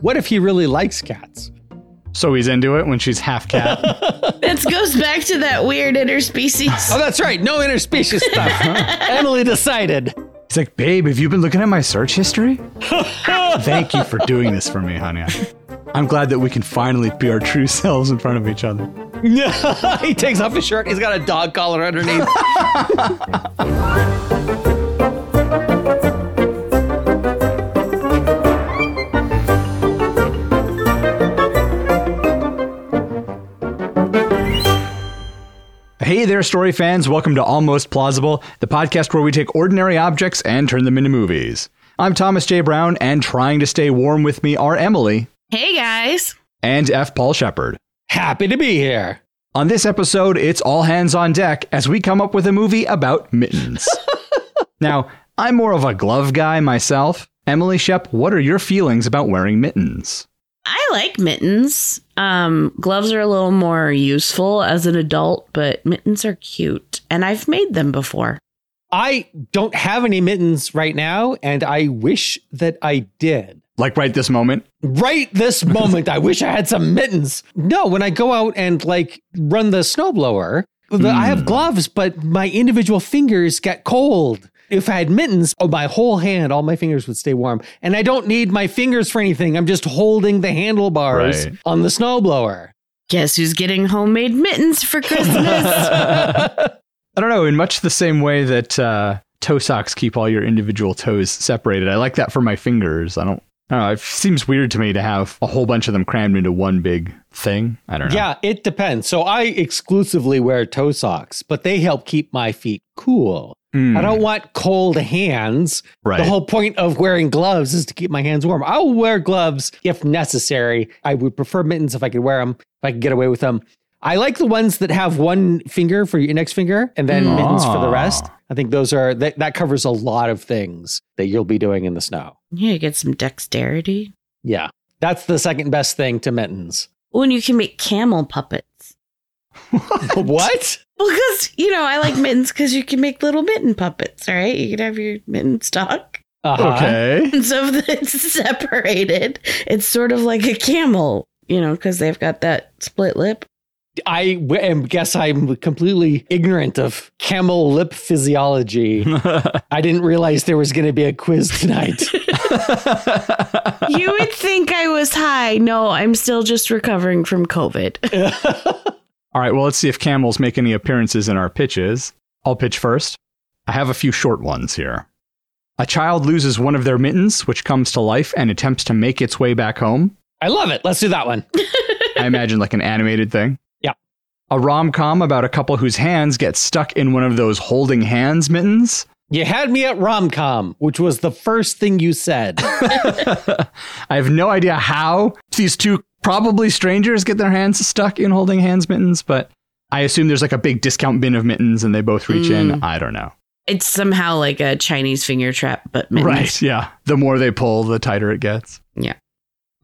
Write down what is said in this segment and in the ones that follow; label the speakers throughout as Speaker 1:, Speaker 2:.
Speaker 1: What if he really likes cats?
Speaker 2: So he's into it when she's half cat.
Speaker 3: It goes back to that weird interspecies.
Speaker 1: Oh, that's right. No interspecies stuff. Emily decided.
Speaker 2: he's like, babe, have you been looking at my search history? Thank you for doing this for me, honey. I'm glad that we can finally be our true selves in front of each other.
Speaker 1: he takes off his shirt. He's got a dog collar underneath.
Speaker 2: Hey there, story fans. Welcome to Almost Plausible, the podcast where we take ordinary objects and turn them into movies. I'm Thomas J. Brown, and trying to stay warm with me are Emily
Speaker 3: hey guys.
Speaker 2: and F. Paul Shepard.
Speaker 1: Happy to be here.
Speaker 2: On this episode, it's all hands on deck as we come up with a movie about mittens. now, I'm more of a glove guy myself. Emily Shep, what are your feelings about wearing mittens?
Speaker 3: I like mittens. Um, gloves are a little more useful as an adult, but mittens are cute, and I've made them before.
Speaker 1: I don't have any mittens right now, and I wish that I did.
Speaker 2: Like right this moment?
Speaker 1: Right this moment, I wish I had some mittens. No, when I go out and like run the snowblower, the, I have gloves, but my individual fingers get cold. If I had mittens, oh, my whole hand, all my fingers would stay warm. And I don't need my fingers for anything. I'm just holding the handlebars
Speaker 2: Right.
Speaker 1: on the snowblower.
Speaker 3: Guess who's getting homemade mittens for Christmas?
Speaker 2: I don't know, in much the same way that uh, toe socks keep all your individual toes separated. I like that for my fingers. I don't, I don't know. It seems weird to me to have a whole bunch of them crammed into one big thing. I don't know.
Speaker 1: Yeah, it depends. So I exclusively wear toe socks, but they help keep my feet cool.
Speaker 2: Mm,
Speaker 1: I don't want cold hands.
Speaker 2: right.
Speaker 1: The whole point of wearing gloves is to keep my hands warm. I'll wear gloves if necessary. I would prefer mittens if I could wear them, if I could get away with them. I like the ones that have one finger for your index finger and then
Speaker 2: Hmm.
Speaker 3: Mm.
Speaker 1: mittens for the
Speaker 2: Aw.
Speaker 1: rest. I think those are that, that covers a lot of things that you'll be doing in the snow.
Speaker 3: yeah, get some dexterity.
Speaker 1: Yeah. That's the second best thing to mittens.
Speaker 3: Oh, and you can make camel puppets.
Speaker 1: what?
Speaker 3: Because you know, I like mittens because you can make little mitten puppets. All right, you can have your mitten stock.
Speaker 1: Uh-huh.
Speaker 2: Okay.
Speaker 3: And so if it's separated, it's sort of like a camel, you know, because they've got that split lip.
Speaker 1: I w- am, guess I'm completely ignorant of camel lip physiology. I didn't realize there was going to be a quiz tonight.
Speaker 3: You would think I was high. No, I'm still just recovering from COVID.
Speaker 2: All right, well, let's see if camels make any appearances in our pitches. I'll pitch first. I have a few short ones here. A child loses one of their mittens, which comes to life and attempts to make its way back home.
Speaker 1: I love it. Let's do that one.
Speaker 2: I imagine like an animated thing.
Speaker 1: Yeah.
Speaker 2: A rom com about a couple whose hands get stuck in one of those holding hands mittens.
Speaker 1: You had me at rom com, which was the first thing you said.
Speaker 2: I have no idea how these two probably strangers get their hands stuck in holding hands mittens, but I assume there's like a big discount bin of mittens and they both reach in. I don't know.
Speaker 3: It's somehow like a Chinese finger trap, but mittens.
Speaker 2: Right. Yeah. The more they pull, the tighter it gets.
Speaker 3: Yeah.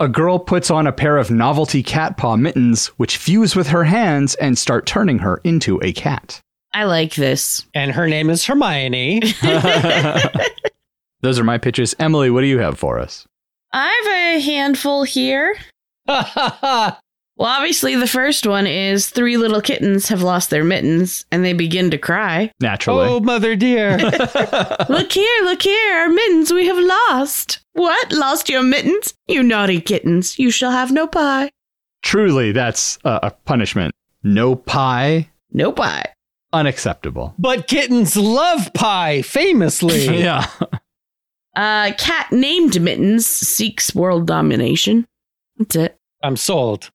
Speaker 2: A girl puts on a pair of novelty cat paw mittens, which fuse with her hands and start turning her into a cat.
Speaker 3: I like this.
Speaker 1: and her name is Hermione.
Speaker 2: Those are my pitches. Emily, what do you have for us?
Speaker 3: I have a handful here. Well, obviously, the first one is three little kittens have lost their mittens and they begin to cry.
Speaker 2: Naturally.
Speaker 1: oh, mother dear.
Speaker 3: Look here, look here, our mittens we have lost. What? Lost your mittens? You naughty kittens, you shall have no pie.
Speaker 2: Truly, that's uh, a punishment. No pie.
Speaker 3: No pie.
Speaker 2: Unacceptable.
Speaker 1: but kittens love pie, famously.
Speaker 2: yeah.
Speaker 3: Uh, cat named Mittens seeks world domination. That's it.
Speaker 1: I'm sold.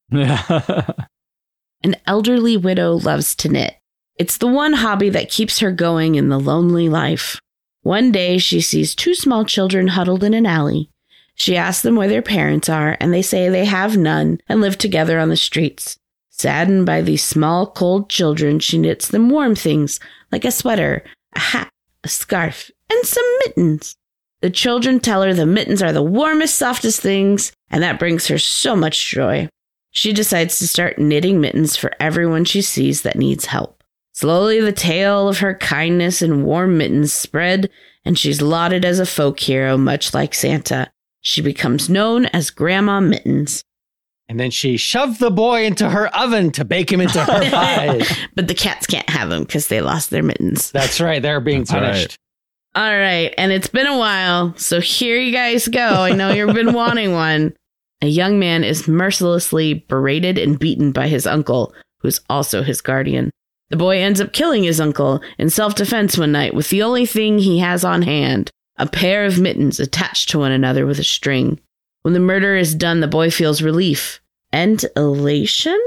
Speaker 3: An elderly widow loves to knit. It's the one hobby that keeps her going in the lonely life. One day she sees two small children huddled in an alley. She asks them where their parents are, and they say they have none and live together on the streets. Saddened by these small, cold children, she knits them warm things like a sweater, a hat, a scarf, and some mittens. The children tell her the mittens are the warmest, softest things, and that brings her so much joy. She decides to start knitting mittens for everyone she sees that needs help. Slowly, the tale of her kindness and warm mittens spread, and she's lauded as a folk hero, much like Santa. She becomes known as Grandma Mittens.
Speaker 1: And then she shoved the boy into her oven to bake him into her pies.
Speaker 3: But the cats can't have them because they lost their mittens.
Speaker 1: That's right. They're being
Speaker 2: That's
Speaker 1: punished.
Speaker 3: All right, and it's been a while, so here you guys go. I know you've been wanting one. A young man is mercilessly berated and beaten by his uncle, who's also his guardian. The boy ends up killing his uncle in self defense one night with the only thing he has on hand a pair of mittens attached to one another with a string. When the murder is done, the boy feels relief and elation?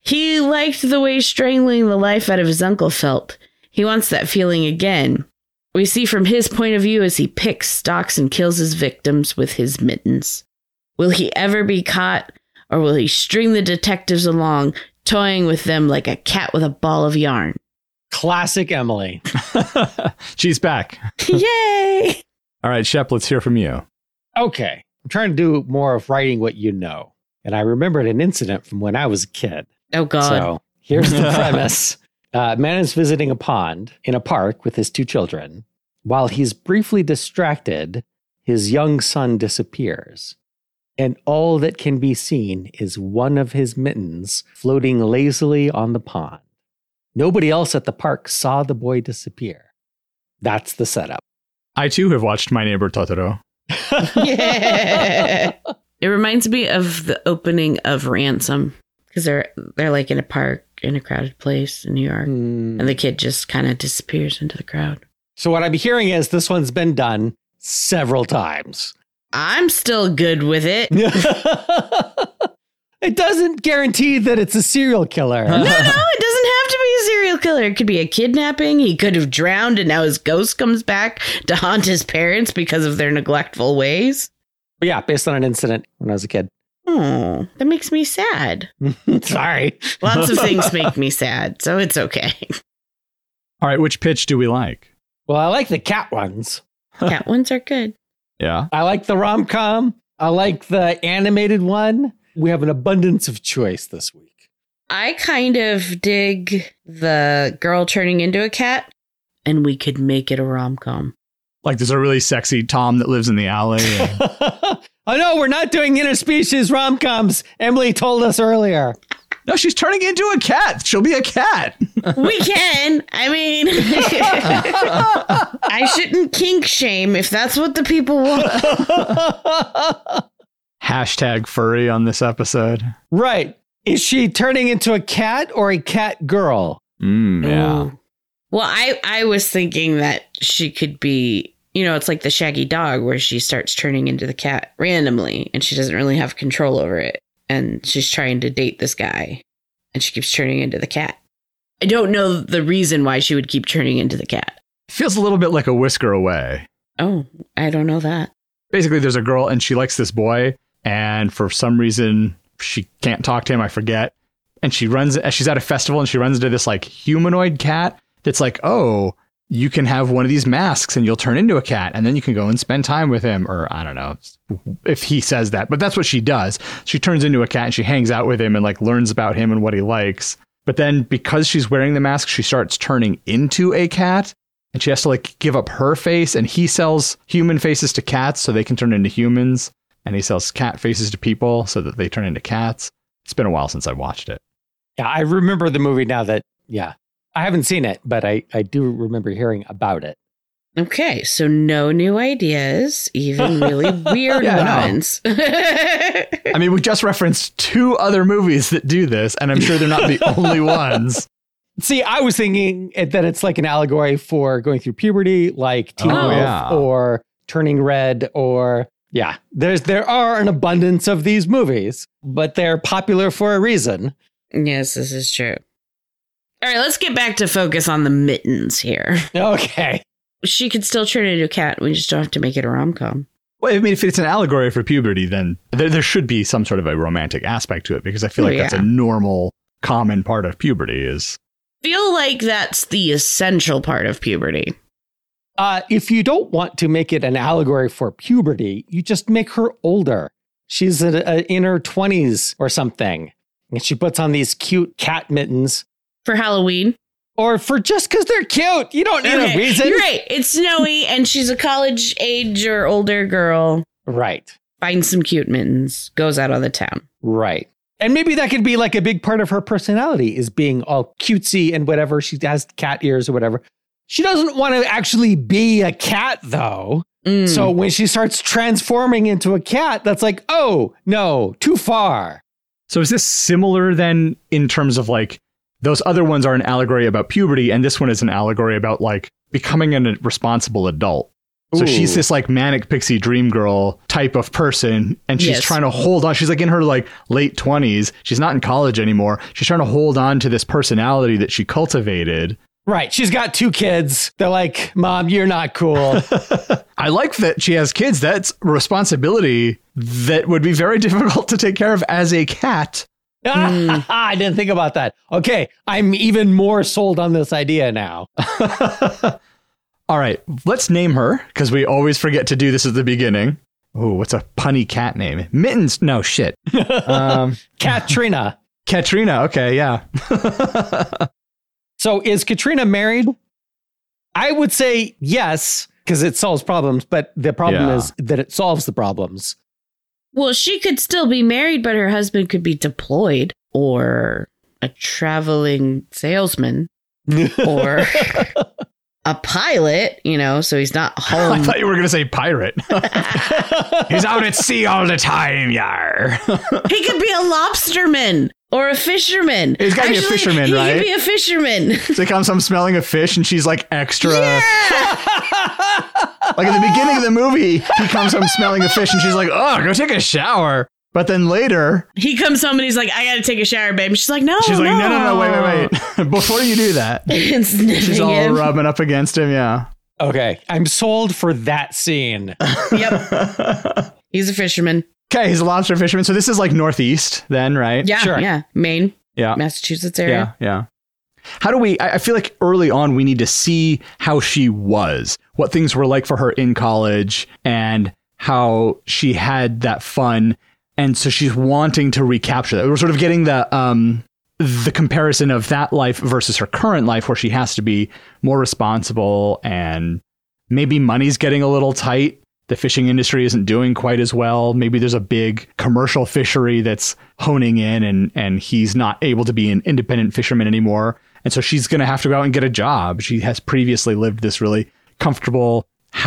Speaker 3: He liked the way strangling the life out of his uncle felt. He wants that feeling again. We see from his point of view as he picks, stalks, and kills his victims with his mittens. Will he ever be caught, or will he string the detectives along, toying with them like a cat with a ball of yarn?
Speaker 1: Classic Emily.
Speaker 2: She's back.
Speaker 3: Yay!
Speaker 2: All right, Shep, let's hear from you.
Speaker 1: Okay. I'm trying to do more of writing what you know. And I remembered an incident from when I was a kid.
Speaker 3: Oh, God.
Speaker 1: So here's the premise. Uh, a man is visiting a pond in a park with his two children. While he's briefly distracted, his young son disappears. And all that can be seen is one of his mittens floating lazily on the pond. Nobody else at the park saw the boy disappear. That's the setup.
Speaker 2: I too have watched My Neighbor Totoro.
Speaker 3: Yeah. it reminds me of the opening of Ransom because they're they're like in a park in a crowded place in New York,
Speaker 1: Hmm.
Speaker 3: and the kid just kind of disappears into the crowd.
Speaker 1: So what I'm hearing is this one's been done several times.
Speaker 3: I'm still good with it.
Speaker 1: it doesn't guarantee that it's a serial killer.
Speaker 3: No, no, it doesn't have to be a serial killer. It could be a kidnapping. He could have drowned and now his ghost comes back to haunt his parents because of their neglectful ways.
Speaker 1: But yeah, based on an incident when I was a kid.
Speaker 3: Oh, that makes me sad.
Speaker 1: Sorry.
Speaker 3: Lots of things make me sad, so it's okay.
Speaker 2: All right, which pitch do we like?
Speaker 1: Well, I like the cat ones.
Speaker 3: Cat ones are good.
Speaker 2: Yeah.
Speaker 1: I like the rom com. I like the animated one. We have an abundance of choice this week.
Speaker 3: I kind of dig the girl turning into a cat, and we could make it a rom com.
Speaker 2: Like there's a really sexy Tom that lives in the alley. and-
Speaker 1: oh no, we're not doing interspecies rom coms. Emily told us earlier.
Speaker 2: no, she's turning into a cat. She'll be a cat.
Speaker 3: we can. I mean, I shouldn't kink shame if that's what the people want.
Speaker 2: Hashtag furry on this episode.
Speaker 1: Right. Is she turning into a cat or a cat girl?
Speaker 2: Mm, yeah.
Speaker 3: Ooh. Well, I I was thinking that she could be, you know, it's like the Shaggy dog where she starts turning into the cat randomly and she doesn't really have control over it and she's trying to date this guy and she keeps turning into the cat. I don't know the reason why she would keep turning into the cat.
Speaker 2: Feels a little bit like a whisker away.
Speaker 3: Oh, I don't know that.
Speaker 2: Basically, there's a girl and she likes this boy, and for some reason she can't talk to him. I forget. And she runs. As she's at a festival, and she runs into this like humanoid cat that's like, oh, you can have one of these masks, and you'll turn into a cat, and then you can go and spend time with him, or I don't know if he says that, but that's what she does. She turns into a cat and she hangs out with him and like learns about him and what he likes. But then because she's wearing the mask, she starts turning into a cat and she has to like give up her face and he sells human faces to cats so they can turn into humans and he sells cat faces to people so that they turn into cats. It's been a while since I watched it.
Speaker 1: Yeah, I remember the movie now that, yeah. I haven't seen it, but I, I do remember hearing about it.
Speaker 3: Okay, so no new ideas, even really weird
Speaker 2: Yeah, I know.
Speaker 3: ones.
Speaker 2: I mean, we just referenced two other movies that do this and I'm sure they're not the only ones.
Speaker 1: See, I was thinking it- that it's like an allegory for going through puberty, like Teen
Speaker 3: Oh,
Speaker 1: Wolf
Speaker 2: yeah.
Speaker 1: or Turning Red, or yeah, there's there are an abundance of these movies, but they're popular for a reason.
Speaker 3: Yes, this is true. All right, let's get back to focus on the mittens here.
Speaker 1: Okay,
Speaker 3: She could still turn into a cat. We just don't have to make it a rom com.
Speaker 2: Well, I mean, if it's an allegory for puberty, then there, there should be some sort of a romantic aspect to it because I feel
Speaker 3: Oh,
Speaker 2: like that's
Speaker 3: yeah.
Speaker 2: a normal, common part of puberty. Is
Speaker 3: Feel like that's the essential part of puberty.
Speaker 1: uh, if you don't want to make it an allegory for puberty, you just make her older. She's a, a, in her twenties or something, and she puts on these cute cat mittens.
Speaker 3: For Halloween,
Speaker 1: or for just because they're cute. You don't need
Speaker 3: Okay,
Speaker 1: a reason.
Speaker 3: You're right. It's snowy and she's a college age or older girl.
Speaker 1: Right.
Speaker 3: Finds some cute mittens, goes out on the town.
Speaker 1: Right. And maybe that could be like a big part of her personality is being all cutesy and whatever. She has cat ears or whatever. She doesn't want to actually be a cat though.
Speaker 3: Mm.
Speaker 1: So when she starts transforming into a cat, that's like, oh, no, too far.
Speaker 2: So is this similar then in terms of like those other ones are an allegory about puberty and this one is an allegory about like becoming a responsible adult. So
Speaker 1: Ooh.
Speaker 2: she's this like manic pixie dream girl type of person and she's
Speaker 3: Yes.
Speaker 2: trying to hold on. She's like in her like late 20s. She's not in college anymore. She's trying to hold on to this personality that she cultivated.
Speaker 1: Right. She's got two kids. They're like, Mom, you're not cool.
Speaker 2: I like that she has kids. That's a responsibility that would be very difficult to take care of as a cat.
Speaker 1: I didn't think about that. Okay. I'm even more sold on this idea now.
Speaker 2: All right, let's name her because we always forget to do this at the beginning. Oh, what's a punny cat name? Mittens? No shit. um,
Speaker 1: Katrina.
Speaker 2: Katrina. Okay, yeah.
Speaker 1: So is Katrina married? I would say yes, because it solves problems, but the problem
Speaker 2: Yeah.
Speaker 1: is that it solves the problems.
Speaker 3: well, she could still be married, but her husband could be deployed or a traveling salesman or a pilot, you know, so he's not
Speaker 2: I
Speaker 3: home.
Speaker 2: thought you were gonna say pirate. He's out at sea all the time, yar.
Speaker 3: he could be a lobsterman or a fisherman.
Speaker 2: He's gotta be a fisherman,
Speaker 3: he
Speaker 2: right?
Speaker 3: could be a fisherman.
Speaker 2: so he comes home smelling a fish, and she's like extra.
Speaker 3: yeah.
Speaker 2: Like at the beginning of the movie, he comes home smelling a fish, and she's like, "Oh, go take a shower." But then later,
Speaker 3: He comes home and he's like, I gotta take a shower, babe. She's like, No.
Speaker 2: she's like,
Speaker 3: Oh,
Speaker 2: "No,
Speaker 3: no,
Speaker 2: no, no, wait, wait, wait." Before you do that,
Speaker 3: and sniffing
Speaker 2: she's all
Speaker 3: him.
Speaker 2: rubbing up against him. Yeah.
Speaker 1: okay. I'm sold for that scene.
Speaker 3: Yep. He's a fisherman.
Speaker 2: Okay, he's a lobster fisherman. So this is like northeast, then, right?
Speaker 3: Yeah.
Speaker 1: Sure.
Speaker 3: Yeah. Maine,
Speaker 2: yeah,
Speaker 3: Massachusetts
Speaker 2: yeah,
Speaker 3: area.
Speaker 2: yeah. How do we? I, I feel like early on we need to see how she was, what things were like for her in college, and how she had that fun, and so she's wanting to recapture that. We're sort of getting the um the comparison of that life versus her current life, where she has to be more responsible and maybe money's getting a little tight. The fishing industry isn't doing quite as well. Maybe there's a big commercial fishery that's honing in and and he's not able to be an independent fisherman anymore. And so she's going to have to go out and get a job. She has previously lived this really comfortable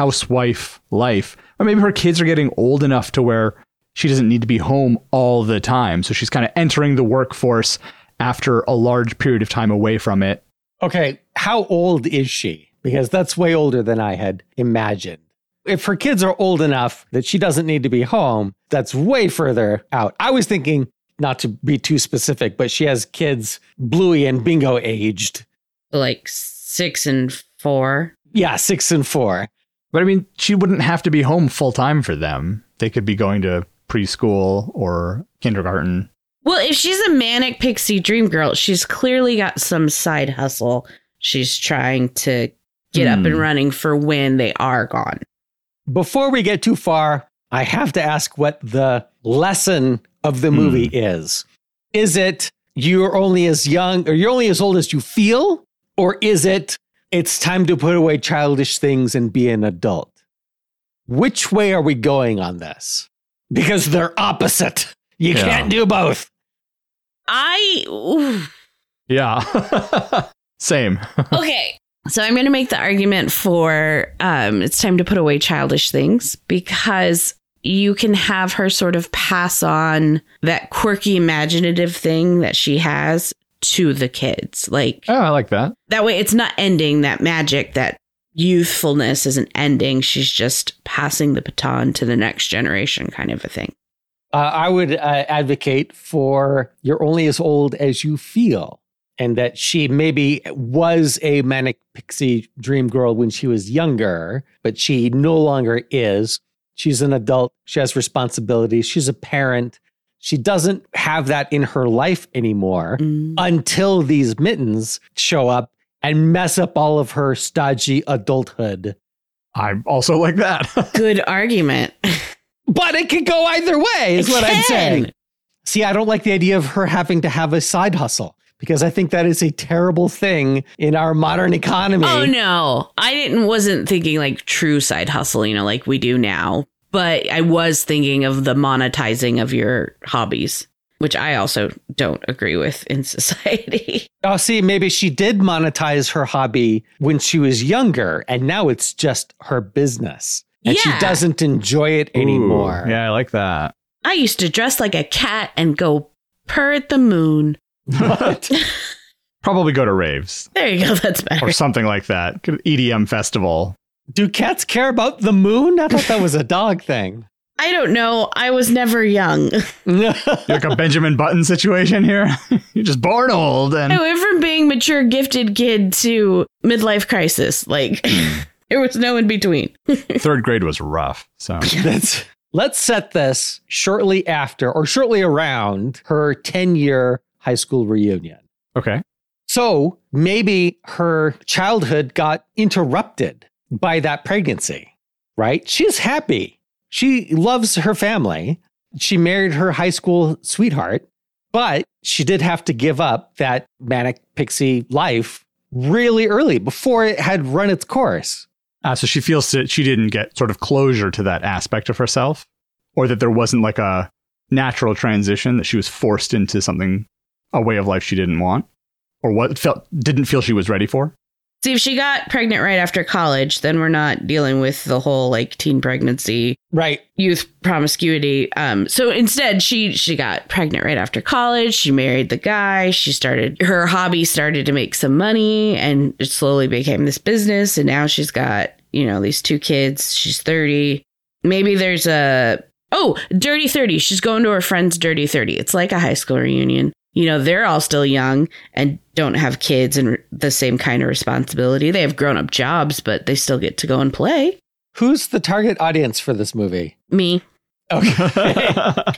Speaker 2: housewife life. Or maybe her kids are getting old enough to where she doesn't need to be home all the time. So she's kind of entering the workforce after a large period of time away from it.
Speaker 1: Okay. How old is she? Because that's way older than I had imagined. If her kids are old enough that she doesn't need to be home, that's way further out. I was thinking, not to be too specific, but she has kids Bluey and Bingo aged.
Speaker 3: Like six and four.
Speaker 1: Yeah, six and four.
Speaker 2: But I mean, she wouldn't have to be home full time for them. They could be going to preschool or kindergarten.
Speaker 3: Well, if she's a manic pixie dream girl, she's clearly got some side hustle she's trying to get up
Speaker 2: Hmm.
Speaker 3: and running for when they are gone.
Speaker 1: Before we get too far, I have to ask what the lesson of the movie is. Is it you're only as young or you're only as old as you feel? Or is it it's time to put away childish things and be an adult? Which way are we going on this? Because they're opposite. You
Speaker 2: Yeah.
Speaker 1: can't do both.
Speaker 3: I. ooh.
Speaker 2: Yeah. Same.
Speaker 3: okay. So I'm going to make the argument for um, it's time to put away childish things because you can have her sort of pass on that quirky, imaginative thing that she has to the kids. Like
Speaker 2: Oh, I like that.
Speaker 3: that way, it's not ending that magic, that youthfulness isn't ending. She's just passing the baton to the next generation, kind of a thing.
Speaker 1: Uh, I would uh, advocate for you're only as old as you feel, and that she maybe was a manic pixie dream girl when she was younger, but she no longer is. She's an adult. She has responsibilities. She's a parent. She doesn't have that in her life anymore until these mittens show up and mess up all of her stodgy adulthood.
Speaker 2: I also like that.
Speaker 3: Good argument.
Speaker 1: But it could go either way, is
Speaker 3: It
Speaker 1: what I'm
Speaker 3: can.
Speaker 1: saying. See, I don't like the idea of her having to have a side hustle because I think that is a terrible thing in our modern economy.
Speaker 3: Oh no, I didn't. Wasn't thinking like true side hustle, you know, like we do now. But I was thinking of the monetizing of your hobbies, which I also don't agree with in society.
Speaker 1: Oh, see, maybe she did monetize her hobby when she was younger, and now it's just her business. And
Speaker 3: Yeah.
Speaker 1: she doesn't enjoy it anymore.
Speaker 2: Ooh, yeah, I like that.
Speaker 3: I used to dress like a cat and go purr at the moon.
Speaker 1: But
Speaker 2: Probably go to raves
Speaker 3: There you go. That's
Speaker 2: or
Speaker 3: better.
Speaker 2: something like that. Go to EDM festival.
Speaker 1: do cats care about the moon? I thought that was a dog thing.
Speaker 3: I don't know. I was never young.
Speaker 2: Like a Benjamin Button situation here. You're just born old and
Speaker 3: I went from being mature, gifted kid to midlife crisis. Like, there was no in between.
Speaker 2: third grade was rough. So
Speaker 1: That's let's set this shortly after or shortly around her 10 year high school reunion.
Speaker 2: okay,
Speaker 1: So maybe her childhood got interrupted by that pregnancy, right? She's happy. She loves her family. She married her high school sweetheart, but she did have to give up that manic pixie life really early before it had run its course.
Speaker 2: uh, so she feels that she didn't get sort of closure to that aspect of herself, or that there wasn't like a natural transition that she was forced into something, a way of life she didn't want, or what felt didn't feel she was ready for.
Speaker 3: See, if she got pregnant right after college, then we're not dealing with the whole like teen pregnancy,
Speaker 1: Right.
Speaker 3: youth promiscuity. Um, so instead, she she got pregnant right after college. She married the guy. She started her hobby started to make some money, and it slowly became this business. And now she's got you know these two kids. She's thirty. Maybe there's a oh dirty thirty. She's going to her friend's dirty thirty. It's like a high school reunion. You know they're all still young and don't have kids and re- the same kind of responsibility. They have grown up jobs, but they still get to go and play.
Speaker 1: Who's the target audience for this movie?
Speaker 3: Me.
Speaker 1: Okay.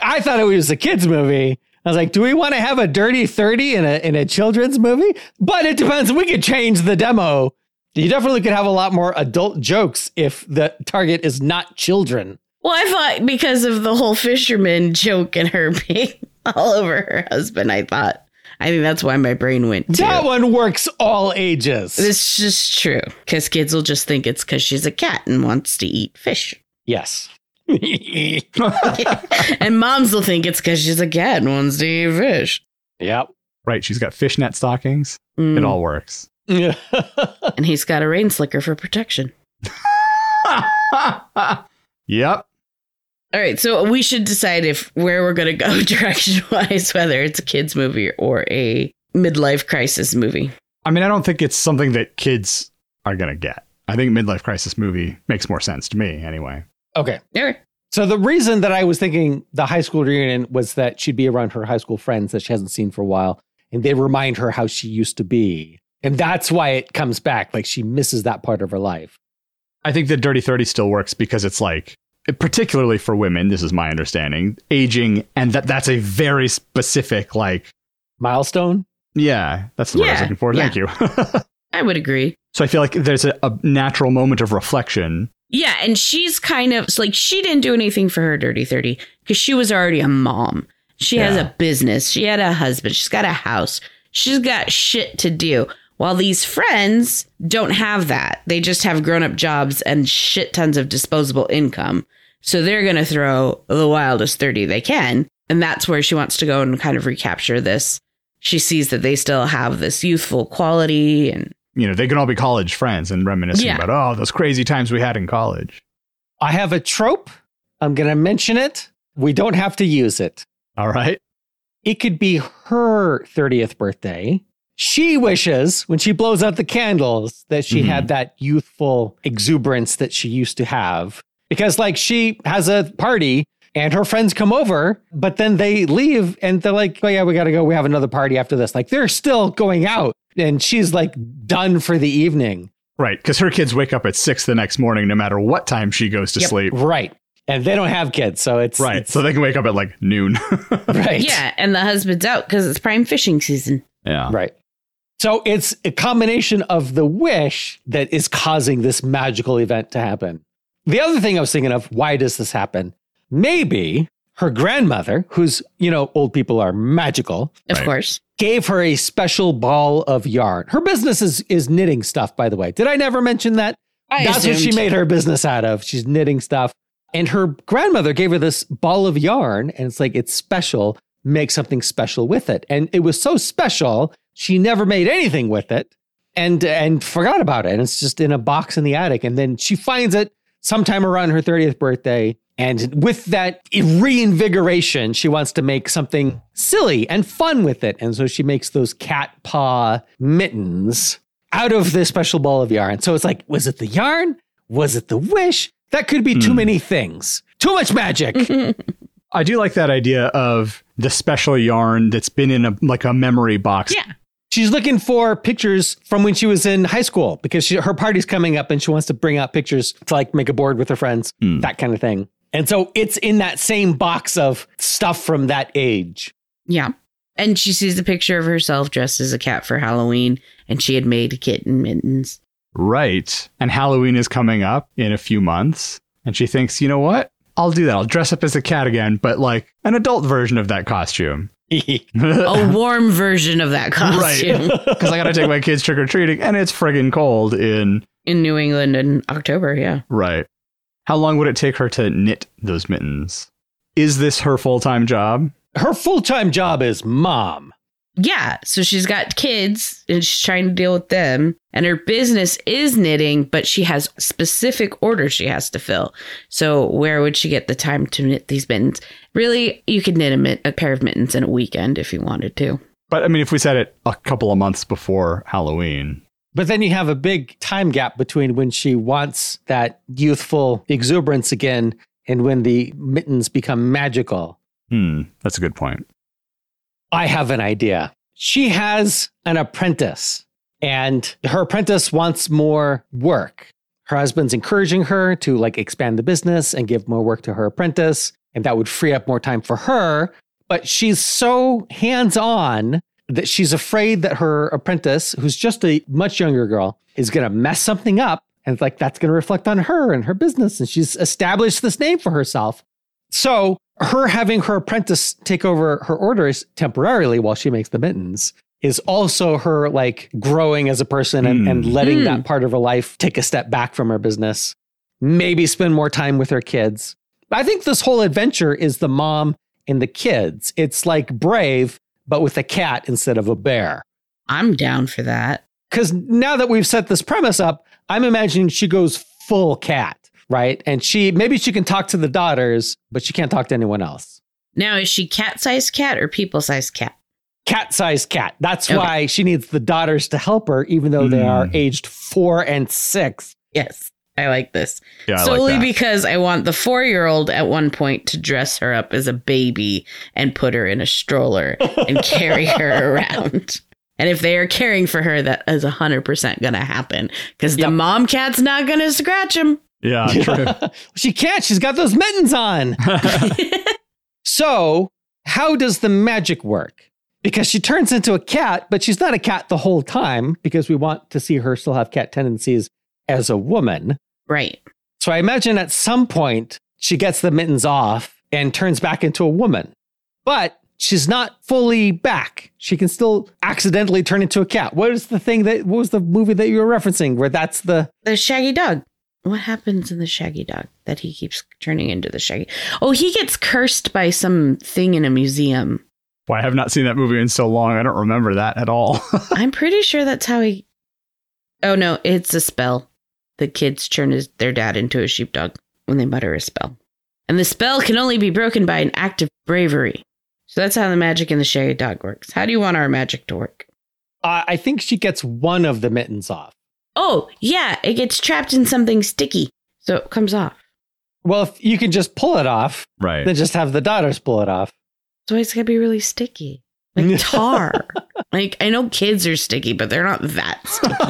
Speaker 1: I thought it was a kids movie. I was like, do we want to have a dirty 30 in a in a children's movie? But it depends. We could change the demo. You definitely could have a lot more adult jokes if the target is not children.
Speaker 3: Well, I thought because of the whole fisherman joke and her being all over her husband, I thought. I think that's why my brain went to.
Speaker 1: That one works all ages.
Speaker 3: This is just true. Because kids will just think it's because she's a cat and wants to eat fish.
Speaker 1: yes.
Speaker 3: and moms will think it's because she's a cat and wants to eat fish.
Speaker 1: yep.
Speaker 2: right, she's got fishnet stockings.
Speaker 3: Mm.
Speaker 2: It all works.
Speaker 3: And he's got a rain slicker for protection.
Speaker 2: yep.
Speaker 3: All right, so we should decide if where we're going to go direction wise, whether it's a kids movie or a midlife crisis movie.
Speaker 2: I mean, I don't think it's something that kids are going to get. I think midlife crisis movie makes more sense to me anyway.
Speaker 1: okay.
Speaker 3: All right.
Speaker 1: So the reason that I was thinking the high school reunion was that she'd be around her high school friends that she hasn't seen for a while, and they remind her how she used to be. And that's why it comes back. Like she misses that part of her life.
Speaker 2: I think the Dirty 30 still works because it's like, particularly for women, this is my understanding, aging, and that that's a very specific, like,
Speaker 1: Milestone?
Speaker 2: yeah, that's the word I was
Speaker 3: Yeah,
Speaker 2: looking for. Thank you.
Speaker 3: I would agree.
Speaker 2: so I feel like there's a, a natural moment of reflection.
Speaker 3: Yeah, and she's kind of like she didn't do anything for her dirty 30 because she was already a mom. She has
Speaker 2: Yeah.
Speaker 3: a business, she had a husband, she's got a house, she's got shit to do. While these friends don't have that, they just have grown up jobs and shit tons of disposable income. So they're going to throw the wildest 30 they can. And that's where she wants to go and kind of recapture this. She sees that they still have this youthful quality and
Speaker 2: You know, they can all be college friends and reminiscing
Speaker 3: Yeah.
Speaker 2: about, oh, those crazy times we had in college.
Speaker 1: I have a trope. I'm going to mention it. We don't have to use it.
Speaker 2: All right.
Speaker 1: It could be her 30th birthday. She wishes when she blows out the candles that she
Speaker 2: Mhm.
Speaker 1: had that youthful exuberance that she used to have. Because, like, she has a party and her friends come over, but then they leave and they're like, oh, yeah, we got to go. We have another party after this. Like, they're still going out and she's like done for the evening.
Speaker 2: Right, because her kids wake up at six the next morning, no matter what time she goes to
Speaker 3: Yep.
Speaker 2: sleep.
Speaker 1: Right. And they don't have kids. So it's
Speaker 2: Right,
Speaker 1: it's-
Speaker 2: so they can wake up at like noon.
Speaker 1: right.
Speaker 3: yeah, and the husband's out because it's prime fishing season.
Speaker 2: yeah,
Speaker 1: Right. Uh, So it's a combination of the wish that is causing this magical event to happen. The other thing I was thinking of why does this happen? Maybe her grandmother, who's, you know, old people are magical,
Speaker 3: Of
Speaker 4: Right.
Speaker 3: course.
Speaker 1: gave her a special ball of yarn. Her business is is knitting stuff, by the way. Did I never mention that?
Speaker 3: I
Speaker 1: That's what she
Speaker 3: assumed.
Speaker 1: made her business out of. She's knitting stuff. And her grandmother gave her this ball of yarn, and it's like, it's special. Make something special with it. And it was so special, she never made anything with it and and forgot about it. And it's just in a box in the attic. And then she finds it sometime around her 30th birthday. And with that reinvigoration, she wants to make something silly and fun with it. And so she makes those cat paw mittens out of this special ball of yarn. So it's like, was it the yarn? Was it the wish? That could be too
Speaker 2: Hmm.
Speaker 1: many things. Too much magic.
Speaker 2: I do like that idea of the special yarn that's been in a like a memory box.
Speaker 3: Yeah.
Speaker 1: She's looking for pictures from when she was in high school because she, her party's coming up and she wants to bring out pictures to like make a board with her friends,
Speaker 2: Hmm.
Speaker 1: that kind of thing. And so it's in that same box of stuff from that age.
Speaker 3: Yeah. And she sees the picture of herself dressed as a cat for Halloween, and she had made kitten mittens.
Speaker 2: Right. And Halloween is coming up in a few months. And she thinks, you know what? I'll do that. I'll dress up as a cat again, but like an adult version of that costume.
Speaker 3: A warm version of that costume
Speaker 2: Because I got to take my kids trick or treating and it's friggin' cold in.
Speaker 3: in New England in October. Yeah.
Speaker 2: Right. How long would it take her to knit those mittens? Is this her full time job?
Speaker 1: her full time job is mom.
Speaker 3: Yeah. So she's got kids and she's trying to deal with them. And her business is knitting, but she has specific orders she has to fill. So where would she get the time to knit these mittens? Really, you could knit a, mit- a pair of mittens in a weekend if you wanted to.
Speaker 2: But I mean, if we said it a couple of months before Halloween,
Speaker 1: But then you have a big time gap between when she wants that youthful exuberance again and when the mittens become magical.
Speaker 2: hmm, that's a good point.
Speaker 1: I have an idea. She has an apprentice, and her apprentice wants more work. Her husband's encouraging her to like expand the business and give more work to her apprentice, and that would free up more time for her. But she's so hands on that she's afraid that her apprentice, who's just a much younger girl, is going to mess something up. And like that's going to reflect on her and her business. And she's established this name for herself. So her having her apprentice take over her orders temporarily while she makes the mittens is also her like growing as a person and,
Speaker 2: Hmm.
Speaker 1: and letting
Speaker 3: Hmm.
Speaker 1: that part of her life take a step back from her business. Maybe spend more time with her kids. I think this whole adventure is the mom and the kids. It's like brave, but with a cat instead of a bear.
Speaker 3: I'm down for that.
Speaker 1: Because now that we've set this premise up, I'm imagining she goes full cat, right? And she maybe she can talk to the daughters, but she can't talk to anyone else.
Speaker 3: Now, is she cat sized cat or people sized cat?
Speaker 1: cat sized cat. That's
Speaker 3: Okay. Hmm.
Speaker 1: why she needs the daughters to help her, even though they are
Speaker 2: Mm.
Speaker 1: aged four and six.
Speaker 3: Yes. I like this.
Speaker 2: Yeah, I like
Speaker 3: solely
Speaker 2: that.
Speaker 3: because I want the four year old at one point to dress her up as a baby and put her in a stroller and carry her around. And if they are caring for her, that is 100% going to happen because the
Speaker 1: Yep.
Speaker 3: mom cat's not going to scratch him.
Speaker 2: yeah, true.
Speaker 1: she can't. She's got those mittens on. So, how does the magic work? Because she turns into a cat, but she's not a cat the whole time because we want to see her still have cat tendencies as a woman.
Speaker 3: right.
Speaker 1: So, I imagine at some point she gets the mittens off and turns back into a woman. But she's not fully back. She can still accidentally turn into a cat. What is the thing that what was the movie that you were referencing where that's the
Speaker 3: The shaggy dog. What happens in the shaggy dog that he keeps turning into the shaggy? Oh, he gets cursed by some thing in a museum.
Speaker 2: Why I have not seen that movie in so long. I don't remember that at all.
Speaker 3: I'm pretty sure that's how he. Oh no, it's a spell. The kids turn his, their dad into a sheepdog when they mutter a spell, and the spell can only be broken by an act of bravery. So that's how the magic in the shaggy dog works. How do you want our magic to work?
Speaker 1: uh, I think she gets one of the mittens off.
Speaker 3: Oh yeah, it gets trapped in something sticky, so it comes off.
Speaker 1: Well, if you can just pull it off,
Speaker 2: right.
Speaker 1: then just have the daughters pull it off.
Speaker 3: So it's gonna be really sticky, like tar. like I know kids are sticky, but they're not that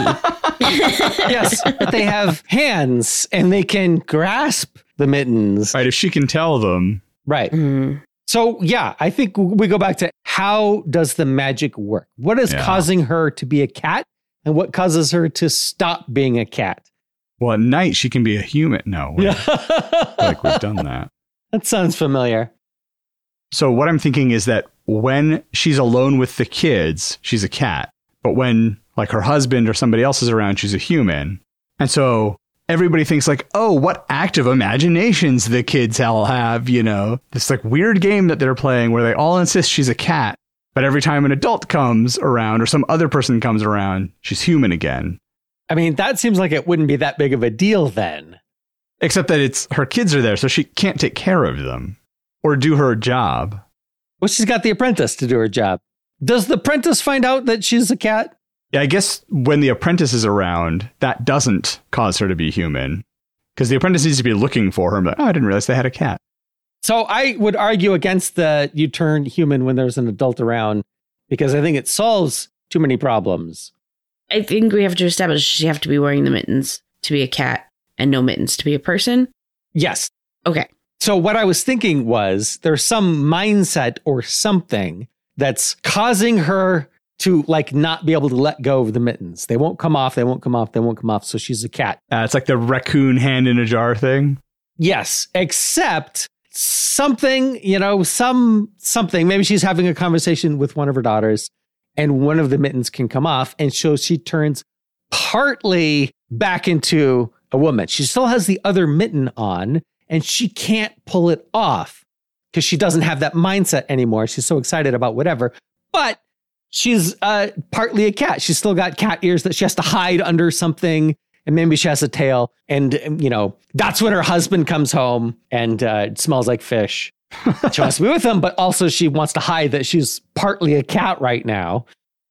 Speaker 3: sticky.
Speaker 1: Yes, but they have hands and they can grasp the mittens.
Speaker 2: Right. If she can tell them,
Speaker 1: Right.
Speaker 3: Hmm.
Speaker 1: So, yeah, I think we go back to how does the magic work? What is
Speaker 2: Yeah.
Speaker 1: causing her to be a cat and what causes her to stop being a cat?
Speaker 2: well, at night she can be a human. No, wait.
Speaker 1: Yeah.
Speaker 2: I feel like we've done that.
Speaker 1: that sounds familiar.
Speaker 2: So what I'm thinking is that when she's alone with the kids, she's a cat. But when like her husband or somebody else is around, she's a human. And so everybody thinks like, "Oh, what active imaginations the kids all have," you know. This like weird game that they're playing where they all insist she's a cat, but every time an adult comes around or some other person comes around, she's human again.
Speaker 1: I mean, that seems like it wouldn't be that big of a deal then.
Speaker 2: Except that it's her kids are there, so she can't take care of them or do her job.
Speaker 1: Well, she's got the apprentice to do her job. Does the apprentice find out that she's a cat?
Speaker 2: Yeah, I guess when the apprentice is around, that doesn't cause her to be human because the apprentice needs to be looking for her. And be like, oh, I didn't realize they had a cat.
Speaker 1: So I would argue against the you turn human when there's an adult around because I think it solves too many problems.
Speaker 3: I think we have to establish you have to be wearing the mittens to be a cat and no mittens to be a person.
Speaker 1: Yes.
Speaker 3: Okay.
Speaker 1: So what I was thinking was there's some mindset or something that's causing her to like not be able to let go of the mittens. They won't come off, they won't come off, they won't come off. So she's a cat.
Speaker 2: Uh, it's like the raccoon hand in a jar thing.
Speaker 1: Yes, except something, you know, some something. Maybe she's having a conversation with one of her daughters and one of the mittens can come off and so she turns partly back into a woman. She still has the other mitten on and she can't pull it off because she doesn't have that mindset anymore. She's so excited about whatever, but she's uh, partly a cat. She's still got cat ears that she has to hide under something, and maybe she has a tail. And you know, that's when her husband comes home and uh, smells like fish. she wants to be with him, but also she wants to hide that she's partly a cat right now.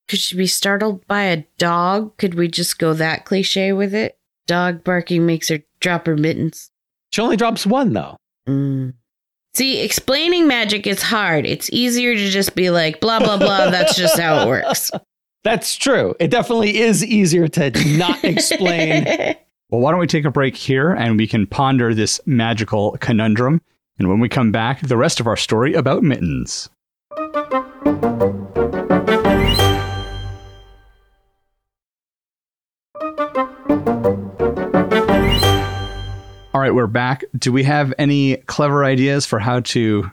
Speaker 3: Could she be startled by a dog? Could we just go that cliche with it? Dog barking makes her drop her mittens.
Speaker 1: She only drops one though.
Speaker 3: Mm. See, explaining magic is hard. It's easier to just be like, blah, blah, blah. That's just how it works.
Speaker 1: That's true. It definitely is easier to not explain.
Speaker 2: Well, why don't we take a break here and we can ponder this magical conundrum? And when we come back, the rest of our story about mittens. All right, we're back. Do we have any clever ideas for how to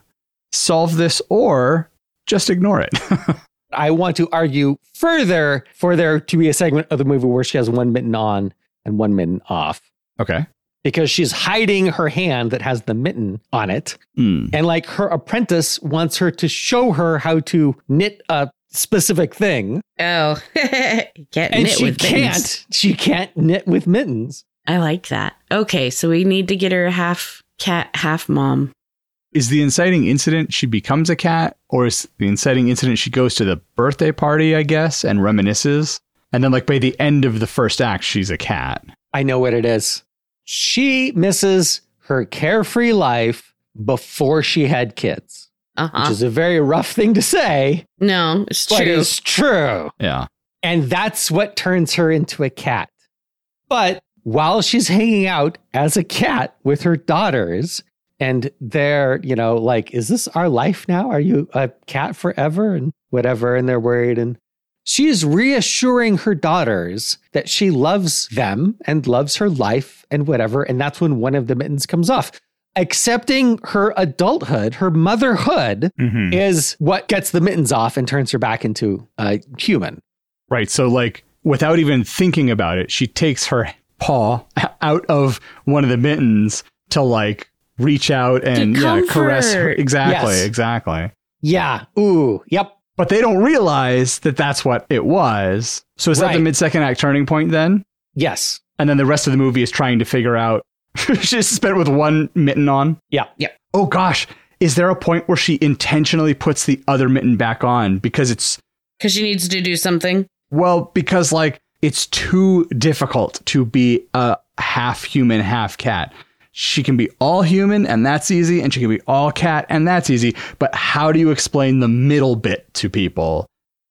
Speaker 2: solve this or just ignore it?
Speaker 1: I want to argue further for there to be a segment of the movie where she has one mitten on and one mitten off
Speaker 2: okay.
Speaker 1: because she's hiding her hand that has the mitten on it.
Speaker 2: Hmm.
Speaker 1: And like her apprentice wants her to show her how to knit a specific thing.
Speaker 3: oh, You can't
Speaker 1: And
Speaker 3: knit
Speaker 1: she
Speaker 3: with
Speaker 1: can't.
Speaker 3: mittens.
Speaker 1: She can't knit with mittens.
Speaker 3: I like that. Okay, so we need to get her half cat, half mom.
Speaker 2: Is the inciting incident she becomes a cat, or is the inciting incident she goes to the birthday party, I guess, and reminisces? And then, like, by the end of the first act, she's a cat.
Speaker 1: I know what it is. She misses her carefree life before she had kids,
Speaker 3: Uh
Speaker 1: which
Speaker 3: huh.
Speaker 1: is a very rough thing to say,
Speaker 3: No, it's
Speaker 1: but
Speaker 3: true.
Speaker 1: it's true.
Speaker 2: Yeah.
Speaker 1: And that's what turns her into a cat. But while she's hanging out as a cat with her daughters, and they're, you know, like, is this our life now? Are you a cat forever? And whatever. And they're worried. And she is reassuring her daughters that she loves them and loves her life and whatever. And that's when one of the mittens comes off. Accepting her adulthood, her motherhood
Speaker 2: Mm-hmm.
Speaker 1: is what gets the mittens off and turns her back into a human.
Speaker 2: Right. So, like, without even thinking about it, she takes her paw out of one of the mittens to, like, reach out and yeah, caress her.
Speaker 3: comfort.
Speaker 2: Exactly.
Speaker 1: Yes.
Speaker 2: Exactly.
Speaker 1: Yeah. Ooh. Yep.
Speaker 2: But they don't realize that that's what it was. So, is that the
Speaker 1: Right.
Speaker 2: mid second act turning point then?
Speaker 1: Yes.
Speaker 2: And then the rest of the movie is trying to figure out. she's spent with one mitten on.
Speaker 1: Yeah.
Speaker 2: Oh gosh, is there a point where she intentionally puts the other mitten back on because it's
Speaker 3: Because she needs to do something.
Speaker 2: well because like it's too difficult to be a half human, half cat. She can be all human and that's easy, and she can be all cat and that's easy. But how do you explain the middle bit to people?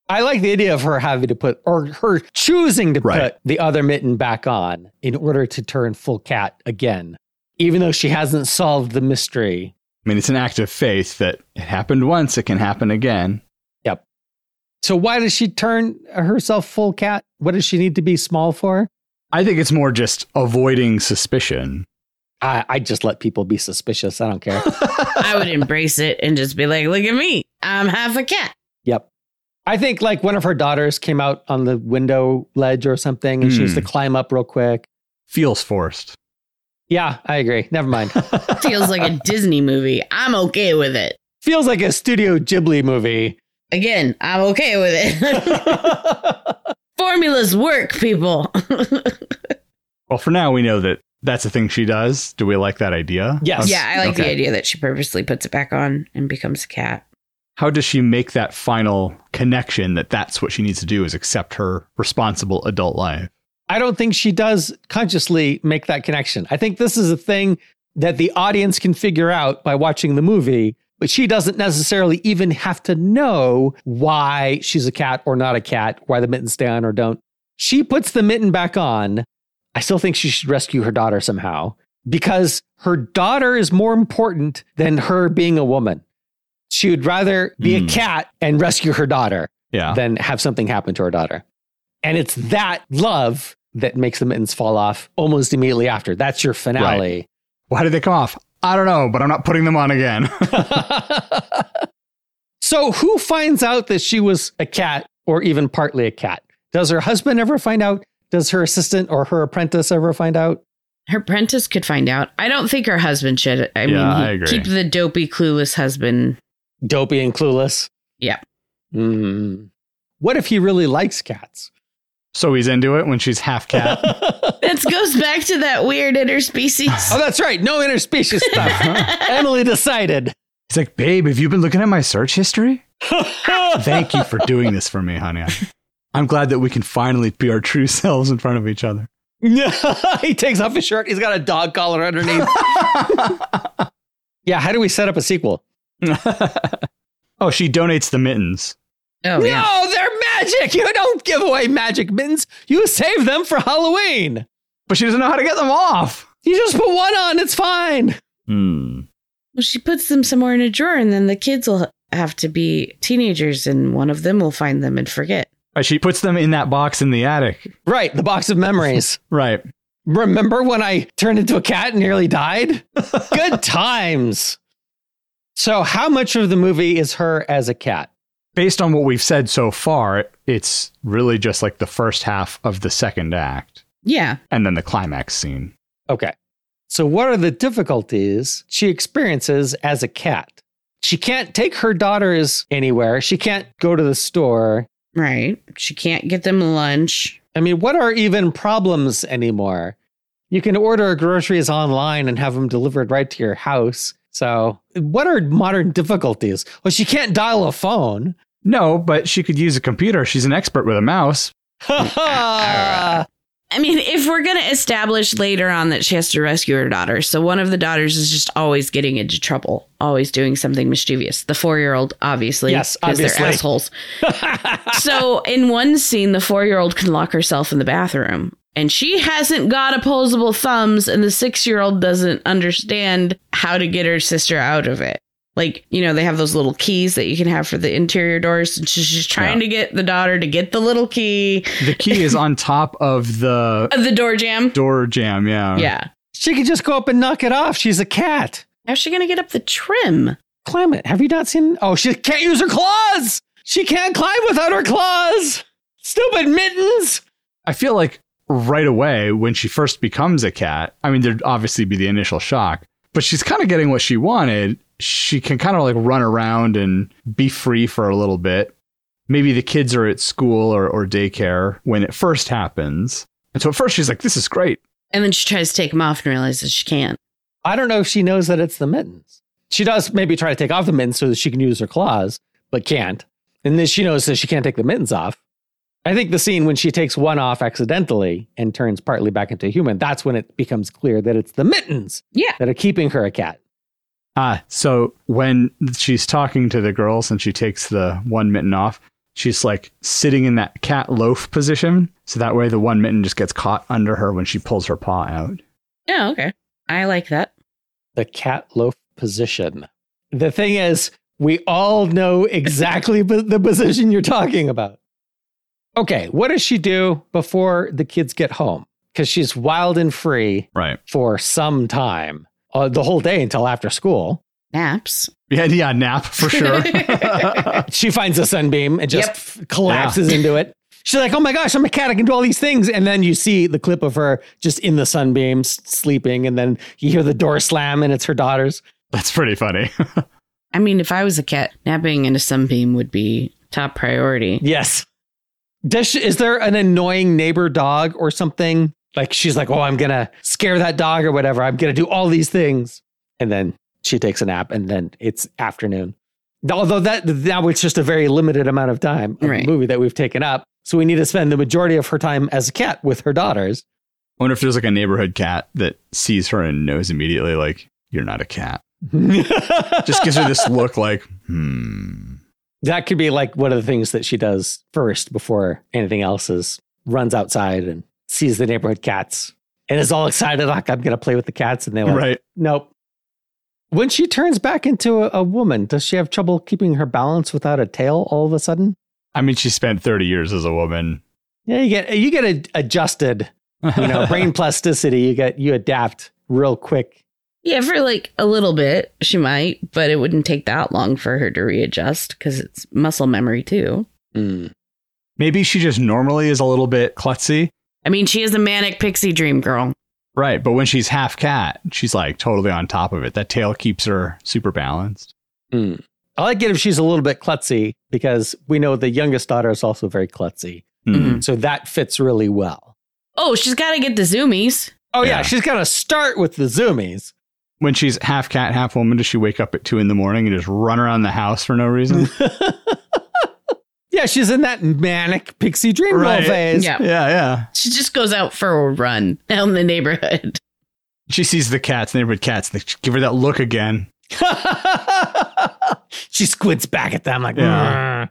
Speaker 1: I like the idea of her having to put or her choosing to
Speaker 2: Right.
Speaker 1: put the other mitten back on in order to turn full cat again, even though she hasn't solved the mystery.
Speaker 2: I mean, it's an act of faith that it happened once, it can happen again.
Speaker 1: So why does she turn herself full cat? What does she need to be small for?
Speaker 2: I think it's more just avoiding suspicion.
Speaker 1: I, I just let people be suspicious. I don't care.
Speaker 3: I would embrace it and just be like, look at me. I'm half a cat.
Speaker 1: Yep. I think like one of her daughters came out on the window ledge or something and she used to climb up real quick.
Speaker 2: Feels forced.
Speaker 1: Yeah, I agree. Never mind.
Speaker 3: Feels like a Disney movie. I'm okay with it.
Speaker 1: Feels like a Studio Ghibli movie.
Speaker 3: Again, I'm okay with it. Formulas work, people.
Speaker 2: Well, for now, we know that that's a thing she does. Do we like that idea?
Speaker 1: Yes.
Speaker 3: yeah, I like the
Speaker 2: Okay.
Speaker 3: idea that she purposely puts it back on and becomes a cat.
Speaker 2: How does she make that final connection that that's what she needs to do is accept her responsible adult life?
Speaker 1: I don't think she does consciously make that connection. I think this is a thing that the audience can figure out by watching the movie, but she doesn't necessarily even have to know why she's a cat or not a cat, why the mittens stay on or don't. She puts the mitten back on. I still think she should rescue her daughter somehow because her daughter is more important than her being a woman. She would rather be a
Speaker 2: Hmm.
Speaker 1: cat and rescue her daughter
Speaker 2: Yeah.
Speaker 1: than have something happen to her daughter. And it's that love that makes the mittens fall off almost immediately after. That's your finale.
Speaker 2: Why did they come off? I don't know, but I'm not putting them on again.
Speaker 1: so, who finds out that she was a cat or even partly a cat? Does her husband ever find out? Does her assistant or her apprentice ever find out?
Speaker 3: Her apprentice could find out. I don't think her husband should. I mean,
Speaker 2: Yeah, I
Speaker 3: he-
Speaker 2: agree.
Speaker 3: keep the dopey, clueless husband.
Speaker 1: Dopey and clueless.
Speaker 3: Yeah.
Speaker 1: Mm. What if he really likes cats?
Speaker 2: so he's into it when she's half cat.
Speaker 3: That goes back to that weird interspecies.
Speaker 1: Oh, that's right. No interspecies stuff. Emily decided.
Speaker 2: He's like, babe, have you been looking at my search history? Thank you for doing this for me, honey. I'm glad that we can finally be our true selves in front of each other.
Speaker 1: he takes off his shirt. He's got a dog collar underneath. yeah, how do we set up a sequel?
Speaker 2: oh, she donates the mittens.
Speaker 3: Oh, yeah.
Speaker 1: No, they're magic. You don't give away magic mittens. You save them for Halloween.
Speaker 2: But she doesn't know how to get them off.
Speaker 1: You just put one on. It's fine.
Speaker 2: Hmm.
Speaker 3: Well, she puts them somewhere in a drawer, and then the kids will have to be teenagers, and one of them will find them and forget.
Speaker 2: Uh, She puts them in that box in the attic.
Speaker 1: Right, the box of memories.
Speaker 2: Right.
Speaker 1: Remember when I turned into a cat and nearly died? Good times. So, how much of the movie is her as a cat?
Speaker 2: Based on what we've said so far, it's really just like the first half of the second act
Speaker 3: Yeah.
Speaker 2: and then the climax scene.
Speaker 1: Okay. So, what are the difficulties she experiences as a cat? She can't take her daughters anywhere. She can't go to the store.
Speaker 3: Right. She can't get them lunch.
Speaker 1: I mean, what are even problems anymore? You can order groceries online and have them delivered right to your house. So, what are modern difficulties? Well, she can't dial a phone.
Speaker 2: No, but she could use a computer. She's an expert with a mouse.
Speaker 3: I mean, if we're going to establish later on that she has to rescue her daughter, so one of the daughters is just always getting into trouble, always doing something mischievous. The four year old, obviously.
Speaker 1: Yes,
Speaker 3: 'cause
Speaker 1: obviously.
Speaker 3: They're assholes. so, in one scene, the four year old can lock herself in the bathroom, and she hasn't got opposable thumbs, and the six year old doesn't understand how to get her sister out of it. Like, you know, they have those little keys that you can have for the interior doors, and she's just trying
Speaker 2: Yeah.
Speaker 3: to get the daughter to get the little key
Speaker 2: The key is on top of the
Speaker 3: of the door jam.
Speaker 2: door jam. Yeah.
Speaker 3: Yeah.
Speaker 1: she could just go up and knock it off. She's a cat.
Speaker 3: How's she gonna get up the trim?
Speaker 1: climb it. Have you not seen? Oh, she can't use her claws. She can't climb without her claws. Stupid mittens.
Speaker 2: I feel like right away when she first becomes a cat, I mean, there'd obviously be the initial shock, but she's kind of getting what she wanted. She can kind of like run around and be free for a little bit. Maybe the kids are at school or, or daycare when it first happens. And so at first she's like, this is great.
Speaker 3: And then she tries to take them off and realizes she can't.
Speaker 1: I don't know if she knows that it's the mittens. She does maybe try to take off the mittens so that she can use her claws, but can't. And then she knows that she can't take the mittens off. I think the scene when she takes one off accidentally and turns partly back into a human, that's when it becomes clear that it's the mittens
Speaker 3: Yeah.
Speaker 1: that are keeping her a cat.
Speaker 2: Ah, so when she's talking to the girls and she takes the one mitten off, she's like sitting in that cat loaf position. So that way the one mitten just gets caught under her when she pulls her paw out.
Speaker 3: Oh, okay. I like that.
Speaker 1: the cat loaf position. The thing is, we all know exactly bu- the position you're talking about. Okay, what does she do before the kids get home? because she's wild and free
Speaker 2: Right.
Speaker 1: for some time, uh, the whole day until after school.
Speaker 3: Naps.
Speaker 2: Yeah, yeah, nap for sure.
Speaker 1: She finds a sunbeam and just
Speaker 3: Yep.
Speaker 1: f- collapses into it. She's like, oh my gosh, I'm a cat. I can do all these things. And then you see the clip of her just in the sunbeams sleeping. And then you hear the door slam and it's her daughter's.
Speaker 2: That's pretty funny.
Speaker 3: I mean, if I was a cat, napping into sunbeam would be top priority.
Speaker 1: Yes. Does she, is there an annoying neighbor dog or something? Like she's like, oh, I'm going to scare that dog or whatever. I'm going to do all these things. And then she takes a nap and then it's afternoon. Although that that was just a very limited amount of time of the
Speaker 3: Right.
Speaker 1: movie that we've taken up. So we need to spend the majority of her time as a cat with her daughters.
Speaker 2: I wonder if there's like a neighborhood cat that sees her and knows immediately, like, you're not a cat. Just gives her this look like, hmm.
Speaker 1: that could be like one of the things that she does first before anything else is runs outside and sees the neighborhood cats and is all excited like i'm gonna play with the cats and they like
Speaker 2: Right.
Speaker 1: nope when she turns back into a, a woman does she have trouble keeping her balance without a tail all of a sudden
Speaker 2: I mean, she spent 30 years as a woman.
Speaker 1: yeah you get you get ad- adjusted you know brain plasticity you get you adapt real quick
Speaker 3: Yeah, for like a little bit, she might, but it wouldn't take that long for her to readjust because it's muscle memory too.
Speaker 2: Maybe she just normally is a little bit klutzy.
Speaker 3: I mean, she is a manic pixie dream girl.
Speaker 2: Right. But when she's half cat, she's like totally on top of it. That tail keeps her super balanced.
Speaker 1: i like it if she's a little bit klutzy because we know the youngest daughter is also very klutzy
Speaker 2: Hmm. Mm-hmm.
Speaker 3: Mhm.
Speaker 1: so that fits really well
Speaker 3: Oh, she's got to get the zoomies.
Speaker 1: Oh yeah,
Speaker 2: Yeah.
Speaker 1: she's got to start with the zoomies.
Speaker 2: When she's half cat, half woman, does she wake up at two in the morning and just run around the house for no reason?
Speaker 1: Yeah, she's in that manic pixie dream girl
Speaker 2: Right.
Speaker 1: phase.
Speaker 3: Yeah.
Speaker 2: yeah, yeah.
Speaker 3: She just goes out for a run down the neighborhood.
Speaker 2: She sees the cats, neighborhood cats, and they give her that look again.
Speaker 1: she squints back at them like,
Speaker 2: Yeah.
Speaker 1: "Mm."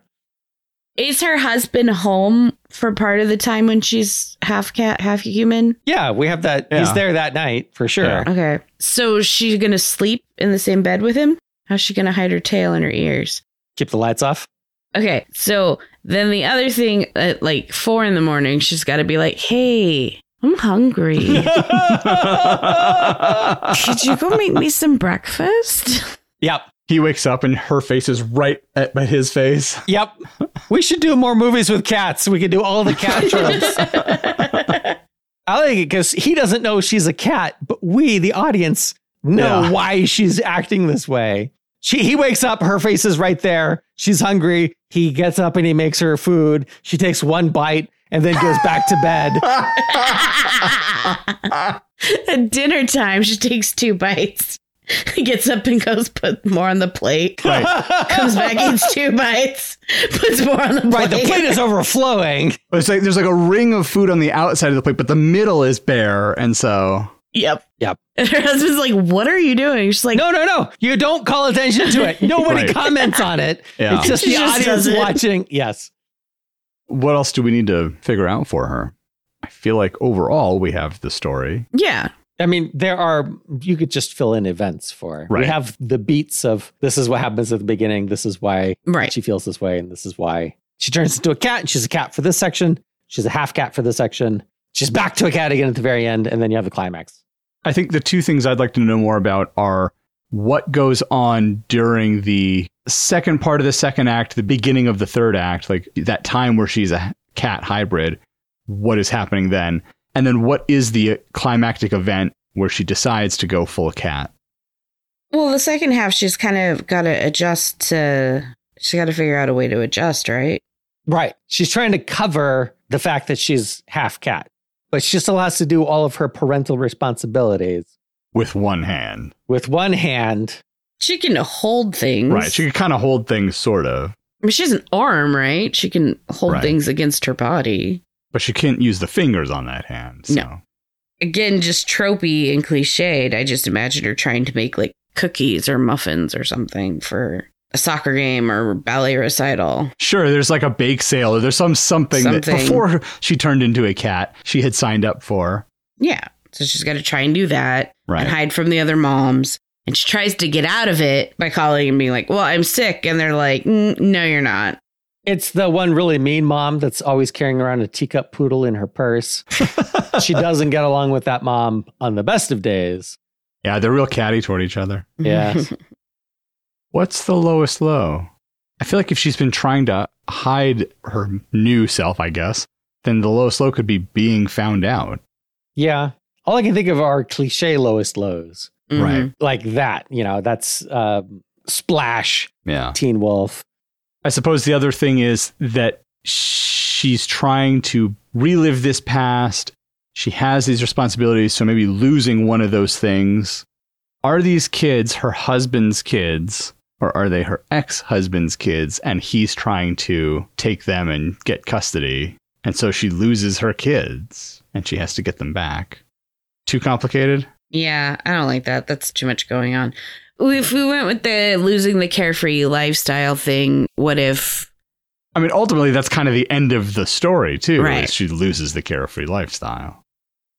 Speaker 3: Is her husband home for part of the time when she's half cat, half human?
Speaker 1: yeah, we have that.
Speaker 2: Yeah.
Speaker 1: He's there that night for sure.
Speaker 2: Yeah.
Speaker 3: Okay. So is she going to sleep in the same bed with him? How's she going to hide her tail in her ears?
Speaker 1: Keep the lights off.
Speaker 3: Okay. So then the other thing at like four in the morning, she's got to be like, hey, I'm hungry. Could you go make me some breakfast?
Speaker 1: Yep,
Speaker 2: he wakes up and her face is right at by his face.
Speaker 1: yep. we should do more movies with cats. We could do all the cat tropes. I like it because he doesn't know she's a cat, but we, the audience, know
Speaker 2: Yeah.
Speaker 1: why she's acting this way. She, he wakes up, her face is right there. She's hungry. He gets up and he makes her food. She takes one bite and then goes back to bed.
Speaker 3: At dinner time, she takes two bites, gets up and goes put more on the plate,
Speaker 2: Right.
Speaker 3: comes back, eats two bites, puts more on the plate.
Speaker 1: Right, the plate is overflowing.
Speaker 2: It's like there's like a ring of food on the outside of the plate, but the middle is bare, and so
Speaker 3: Yep.
Speaker 1: Yep.
Speaker 3: And her husband's like, "What are you doing?" She's like,
Speaker 1: No, no, no. You don't call attention to it. Nobody
Speaker 2: Right.
Speaker 1: comments on it.
Speaker 2: Yeah.
Speaker 1: It's just
Speaker 3: She
Speaker 1: the
Speaker 3: just
Speaker 1: audience
Speaker 3: does it.
Speaker 1: watching. Yes.
Speaker 2: what else do we need to figure out for her? I feel like overall we have the story.
Speaker 3: "Yeah,
Speaker 1: I mean, there are, you could just fill in events for. We
Speaker 2: Right.
Speaker 1: have the beats of this is what happens at the beginning. This is why
Speaker 3: right."
Speaker 1: she feels this way. And this is why she turns into a cat. And she's a cat for this section. She's a half cat for this section. She's back to a cat again at the very end. And then you have the climax.
Speaker 2: I think the two things I'd like to know more about are what goes on during the second part of the second act, the beginning of the third act, like that time where she's a cat hybrid, what is happening then? And then what is the climactic event where she decides to go full cat?
Speaker 3: Well, the second half, she's kind of got to adjust to. She's got to figure out a way to adjust, right?
Speaker 1: Right. She's trying to cover the fact that she's half cat, but she still has to do all of her parental responsibilities
Speaker 2: With one hand.
Speaker 1: with one hand.
Speaker 3: She can hold things,
Speaker 2: Right. She could kind of hold things sort of,
Speaker 3: I mean, she has an arm, right? She can hold
Speaker 2: Right.
Speaker 3: things against her body.
Speaker 2: but she can't use the fingers on that hand. So.
Speaker 3: No. Again, just tropey and cliched. I just imagine her trying to make like cookies or muffins or something for a soccer game or ballet recital.
Speaker 2: Sure, there's like a bake sale or there's some something, that
Speaker 3: Something.
Speaker 2: before she turned into a cat, she had signed up for.
Speaker 3: Yeah. So she's got to try and do that
Speaker 2: Right.
Speaker 3: and hide from the other moms. And she tries to get out of it by calling and being like, well, I'm sick. And they're like, "Mm, no, you're not.
Speaker 1: It's the one really mean mom that's always carrying around a teacup poodle in her purse. she doesn't get along with that mom on the best of days.
Speaker 2: Yeah, they're real catty toward each other.
Speaker 1: Yeah.
Speaker 3: Mm-hmm.
Speaker 2: What's the lowest low? I feel like if she's been trying to hide her new self, I guess, then the lowest low could be being found out.
Speaker 1: yeah. All I can think of are cliche lowest lows
Speaker 2: Right.
Speaker 1: like that. You know, that's uh, Splash,
Speaker 2: Yeah.
Speaker 1: Teen Wolf.
Speaker 2: I suppose the other thing is that she's trying to relive this past. She has these responsibilities, so maybe losing one of those things. Are these kids her husband's kids, or are they her ex husband's kids? And he's trying to take them and get custody. And so she loses her kids and she has to get them back. Too complicated?
Speaker 3: Yeah, I don't like that. That's too much going on. If we went with the losing the carefree lifestyle thing, what if
Speaker 2: I mean, ultimately, that's kind of the end of the story, too.
Speaker 3: Right.
Speaker 2: Is she loses the carefree lifestyle.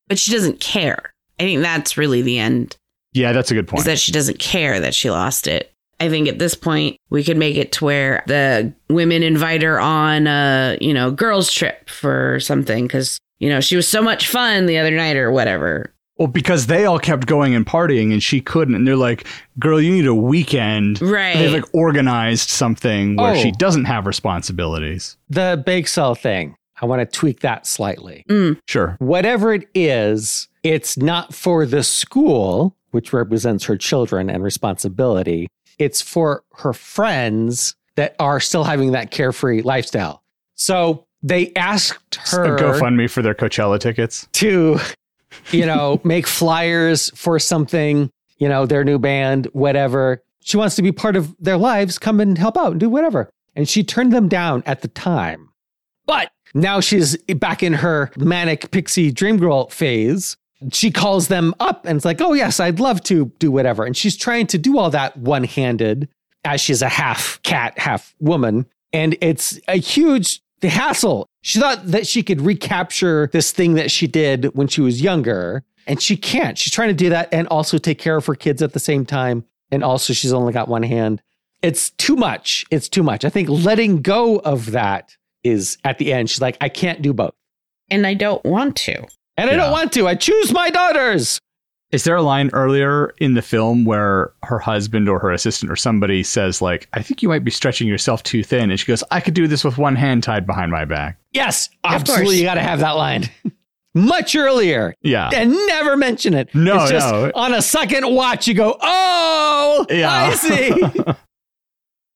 Speaker 3: but she doesn't care? I think that's really the end
Speaker 2: Yeah, that's a good point.
Speaker 3: is that she doesn't care that she lost it. I think at this point we could make it to where the women invite her on a, you know, girls trip for something cuz you know, she was so much fun the other night or whatever.
Speaker 2: Well, because they all kept going and partying and she couldn't. And they're like, girl, you need a weekend.
Speaker 3: Right.
Speaker 2: They've like organized something where
Speaker 1: Oh.
Speaker 2: she doesn't have responsibilities.
Speaker 1: The bake sale thing. I want to tweak that slightly.
Speaker 3: Mm,
Speaker 2: Sure.
Speaker 1: Whatever it is, it's not for the school, which represents her children and responsibility. It's for her friends that are still having that carefree lifestyle. So they asked
Speaker 2: Just
Speaker 1: her
Speaker 2: A uh, GoFundMe for their Coachella tickets.
Speaker 1: to, you know, make flyers for something, you know, their new band, whatever. She wants to be part of their lives, come and help out and do whatever. And she turned them down at the time. But now she's back in her manic pixie dream girl phase. She calls them up and it's like, oh, yes, I'd love to do whatever. And she's trying to do all that one handed as she's a half cat, half woman. And it's a huge hassle. She thought that she could recapture this thing that she did when she was younger, and she can't. She's trying to do that and also take care of her kids at the same time. And also, she's only got one hand. It's too much. It's too much. I think letting go of that is at the end. She's like, I can't do both.
Speaker 3: and I don't want to.
Speaker 1: And I
Speaker 2: Yeah.
Speaker 1: don't want to. I choose my daughters.
Speaker 2: Is there a line earlier in the film where her husband or her assistant or somebody says, like, I think you might be stretching yourself too thin? And she goes, I could do this with one hand tied behind my back.
Speaker 1: Yes,
Speaker 3: course.
Speaker 1: absolutely. You got to have that line much earlier
Speaker 2: Yeah.
Speaker 1: and never mention it.
Speaker 2: No,
Speaker 1: it's just
Speaker 2: no.
Speaker 1: on a second watch, you go, oh,
Speaker 2: Yeah.
Speaker 1: I see.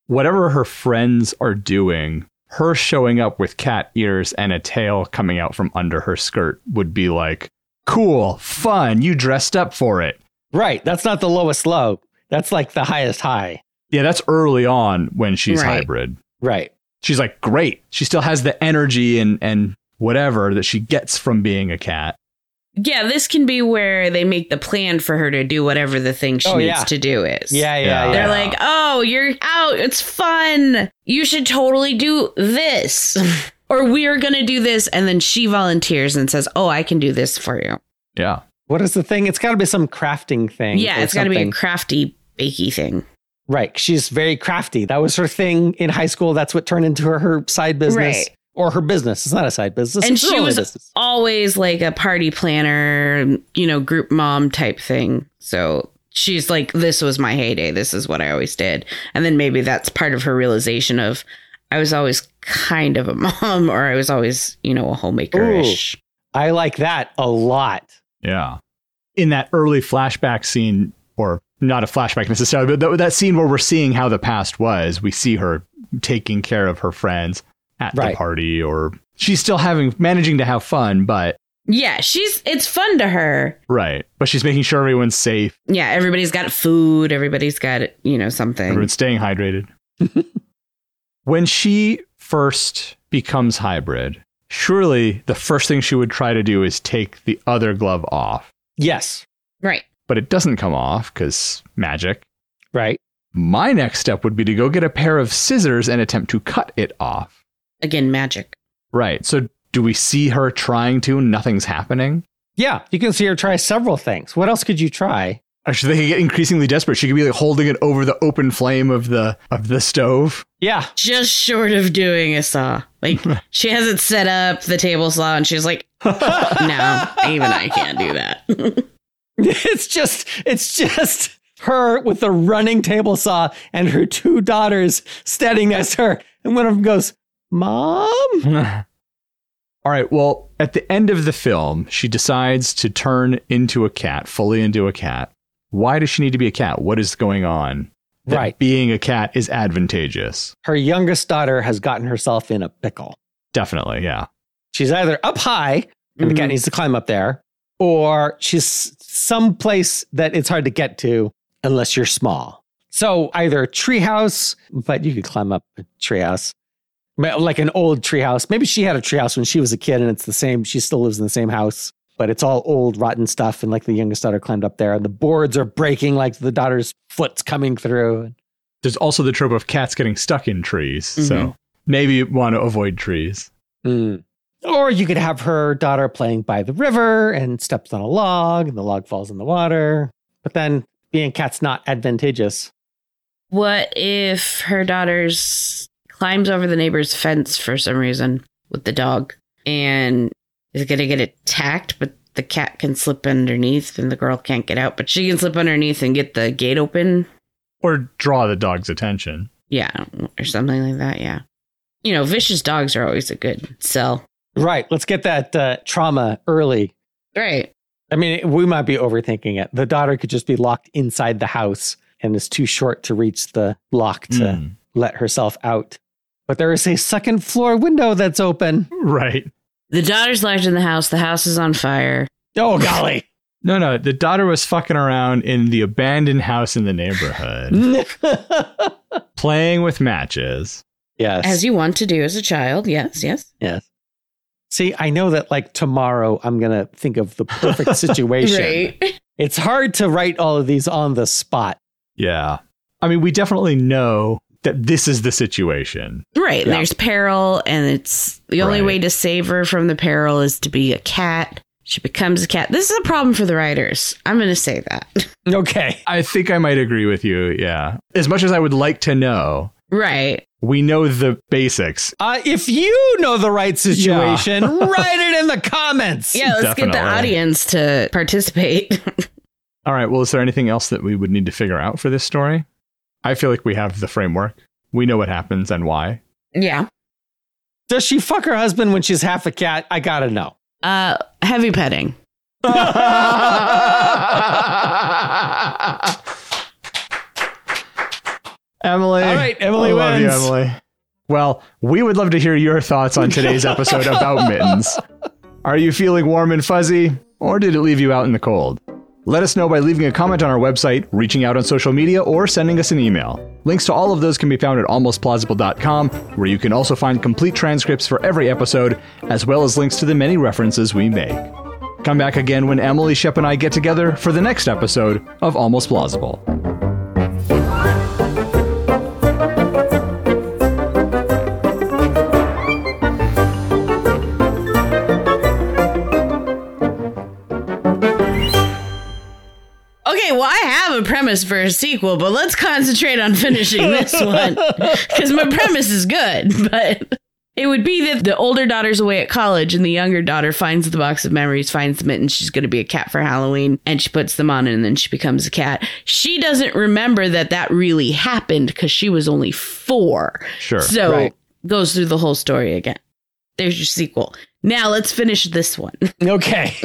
Speaker 2: whatever her friends are doing, her showing up with cat ears and a tail coming out from under her skirt would be like, cool, fun, you dressed up for it.
Speaker 1: Right. That's not the lowest low. That's like the highest high.
Speaker 2: Yeah, that's early on when she's
Speaker 3: Right.
Speaker 2: hybrid.
Speaker 1: Right.
Speaker 2: She's like, great. She still has the energy and, and whatever that she gets from being a cat.
Speaker 3: Yeah, this can be where they make the plan for her to do whatever the thing she
Speaker 1: Oh,
Speaker 3: needs
Speaker 1: yeah.
Speaker 3: to do is.
Speaker 1: Yeah, yeah,
Speaker 2: Yeah.
Speaker 1: yeah.
Speaker 3: They're like, oh, you're out. It's fun. You should totally do this. or we're going to do this. And then she volunteers and says, oh, I can do this for you.
Speaker 2: Yeah.
Speaker 1: What is the thing? It's got to be some crafting thing.
Speaker 3: yeah,
Speaker 1: or
Speaker 3: it's got to be a
Speaker 1: something.
Speaker 3: crafty, bakey thing.
Speaker 1: right. She's very crafty. That was her thing in high school. That's what turned into her, her side business
Speaker 3: Right.
Speaker 1: or her business. It's not a side business.
Speaker 3: And
Speaker 1: It's
Speaker 3: she
Speaker 1: her only
Speaker 3: was-
Speaker 1: business.
Speaker 3: Always like a party planner, you know, group mom type thing. So she's like, this was my heyday. This is what I always did. And then maybe that's part of her realization of, I was always kind of a mom, or I was always, you know, a homemaker ish.
Speaker 1: I like that a lot.
Speaker 2: Yeah. In that early flashback scene, or not a flashback necessarily, but that, that scene where we're seeing how the past was, we see her taking care of her friends at
Speaker 1: Right.
Speaker 2: the party, or she's still having, managing to have fun, but
Speaker 3: Yeah, she's it's fun to her.
Speaker 2: right. But she's making sure everyone's safe,
Speaker 3: Yeah, everybody's got food, everybody's got, you know, something.
Speaker 2: everyone's staying hydrated. when she first becomes hybrid, surely the first thing she would try to do is take the other glove off,
Speaker 1: Yes.
Speaker 3: Right.
Speaker 2: but it doesn't come off because magic.
Speaker 1: Right.
Speaker 2: My next step would be to go get a pair of scissors and attempt to cut it off.
Speaker 3: Again, magic.
Speaker 2: Right. So do we see her trying to? Nothing's happening.
Speaker 1: Yeah. You can see her try several things. What else could you try?
Speaker 2: Actually, they could get increasingly desperate. She could be like holding it over the open flame of the of the stove.
Speaker 1: Yeah.
Speaker 3: Just short of doing a saw. Like she has it set up the table saw, and she's like, "No, even I can't do that."
Speaker 1: It's just it's just her with the running table saw and her two daughters standing next to her. And one of them goes, Mom?
Speaker 2: All right. Well, at the end of the film, she decides to turn into a cat, fully into a cat. Why does she need to be a cat? What is going on? That
Speaker 1: Right.
Speaker 2: Being a cat is advantageous.
Speaker 1: Her youngest daughter has gotten herself in a pickle.
Speaker 2: Definitely. Yeah.
Speaker 1: She's either up high and the cat needs to climb up there, or she's someplace that it's hard to get to unless you're small. So either a treehouse, but you could climb up a treehouse, Ma- like an old treehouse. Maybe she had a treehouse when she was a kid and it's the same. She still lives in the same house, but it's all old, rotten stuff. And like the youngest daughter climbed up there and the boards are breaking, like the daughter's foot's coming through.
Speaker 2: There's also the trope of cats getting stuck in trees.
Speaker 3: Mhm.
Speaker 2: So maybe you want to avoid trees.
Speaker 1: Mm. Or you could have her daughter playing by the river and steps on a log and the log falls in the water. But then being a cat's not advantageous.
Speaker 3: What if her daughter's climbs over the neighbor's fence for some reason with the dog and is going to get attacked, but the cat can slip underneath and the girl can't get out, but she can slip underneath and get the gate open?
Speaker 2: Or draw the dog's attention.
Speaker 3: Yeah, or something like that. Yeah. You know, vicious dogs are always a good sell.
Speaker 1: Right. Let's get that uh, trauma early.
Speaker 3: Right.
Speaker 1: I mean, we might be overthinking it. The daughter could just be locked inside the house and is too short to reach the lock to
Speaker 2: Mm.
Speaker 1: let herself out. But there is a second floor window that's open.
Speaker 2: Right.
Speaker 3: The daughter's locked in the house. The house is on fire.
Speaker 1: Oh, golly.
Speaker 2: No, no. The daughter was fucking around in the abandoned house in the
Speaker 1: Mm.
Speaker 2: neighborhood,
Speaker 1: yes.
Speaker 2: playing with matches.
Speaker 3: As you want to do as a child. Yes, yes.
Speaker 1: Yes. See, I know that like tomorrow I'm going to think of the perfect situation. It's hard to write all of these on the spot.
Speaker 2: Yeah. I mean, we definitely know that this is the situation.
Speaker 3: Right.
Speaker 1: Yeah.
Speaker 3: There's peril, and it's the only
Speaker 2: Right.
Speaker 3: way to save her from the peril is to be a cat. She becomes a cat. This is a problem for the writers. I'm going to say that.
Speaker 1: Okay.
Speaker 2: I think I might agree with you. Yeah. As much as I would like to know,
Speaker 3: right.
Speaker 2: we know the basics.
Speaker 1: Uh, if you know the right situation, write it in the comments.
Speaker 3: Yeah, let's get the
Speaker 2: Definitely.
Speaker 3: audience to participate.
Speaker 2: All right. Well, is there anything else that we would need to figure out for this story? I feel like we have the framework. We know what happens and why.
Speaker 3: yeah.
Speaker 1: Does she fuck her husband when she's half a cat? I got to know.
Speaker 3: Uh, heavy petting.
Speaker 2: Emily.
Speaker 1: All right, Emily
Speaker 2: I love you,
Speaker 1: wins.
Speaker 2: Emily. Well, we would love to hear your thoughts on today's episode about mittens. Are you feeling warm and fuzzy, or did it leave you out in the cold? Let us know by leaving a comment on our website, reaching out on social media, or sending us an email. Links to all of those can be found at almostplausible.com, where you can also find complete transcripts for every episode, as well as links to the many references we make. Come back again when Emily, Shep, and I get together for the next episode of Almost Plausible.
Speaker 3: Okay, well, I have a premise for a sequel, but let's concentrate on finishing this one because my premise is good. But it would be that the older daughter's away at college and the younger daughter finds the box of memories, finds the mittens. She's going to be a cat for Halloween and she puts them on and then she becomes a cat. She doesn't remember that that really happened because she was only four.
Speaker 2: Sure.
Speaker 3: So
Speaker 1: Right.
Speaker 3: goes through the whole story again. There's your sequel. Now let's finish this one.
Speaker 1: Okay.